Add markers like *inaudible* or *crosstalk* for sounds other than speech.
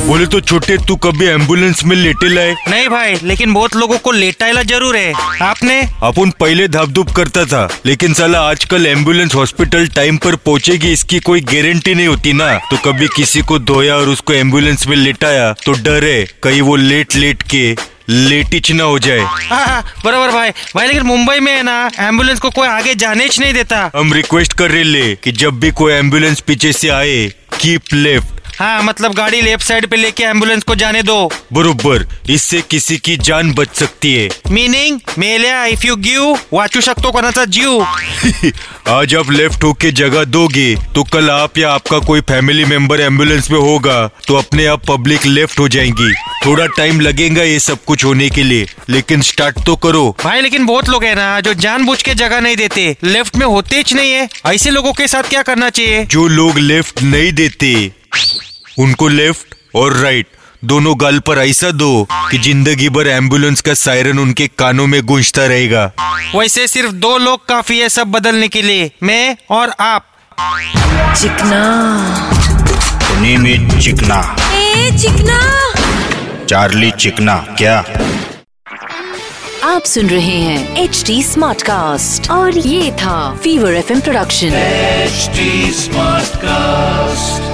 बोले तो छोटे तू कभी एम्बुलेंस में लेटे लाए नहीं भाई लेकिन बहुत लोगों को लेटाइला जरूर है आपने अपन पहले धापधूप करता था लेकिन साला आजकल एम्बुलेंस हॉस्पिटल टाइम पर पहुंचेगी इसकी कोई गारंटी नहीं होती ना तो कभी किसी को धोया और उसको एम्बुलेंस में लेटाया तो डर है कहीं वो लेट लेट के लेटिच ना हो जाए हाँ, हाँ, बराबर भाई भाई लेकिन मुंबई में है ना एम्बुलेंस को कोई आगे जाने ही नहीं देता हम रिक्वेस्ट कर रहे ले कि जब भी कोई एम्बुलेंस पीछे से आए कीप लेफ्ट हाँ मतलब गाड़ी लेफ्ट साइड पे लेके एम्बुलेंस को जाने दो बरोबर इससे किसी की जान बच सकती है मीनिंग मेल्या इफ यू गिव वाचू शकतो कोणाचा जीव *laughs* आज आप लेफ्ट होके जगह दोगे तो कल आप या आपका कोई फैमिली मेंबर एम्बुलेंस में होगा तो अपने आप पब्लिक लेफ्ट हो जाएंगी थोड़ा टाइम लगेगा ये सब कुछ होने के लिए लेकिन स्टार्ट तो करो भाई लेकिन बहुत लोग है ना जो जानबूझ के जगह नहीं देते लेफ्ट में होते ही नहीं है ऐसे लोगों के साथ क्या करना चाहिए जो लोग लेफ्ट नहीं देते उनको लेफ्ट और राइट दोनों गाल पर ऐसा दो कि जिंदगी भर एम्बुलेंस का सायरन उनके कानों में गूंजता रहेगा वैसे सिर्फ दो लोग काफी है सब बदलने के लिए मैं और आप चिकना नेम चिकना ए चिकना चार्ली चिकना क्या आप सुन रहे हैं एच डी स्मार्ट कास्ट और ये था fever F production HD Smartcast.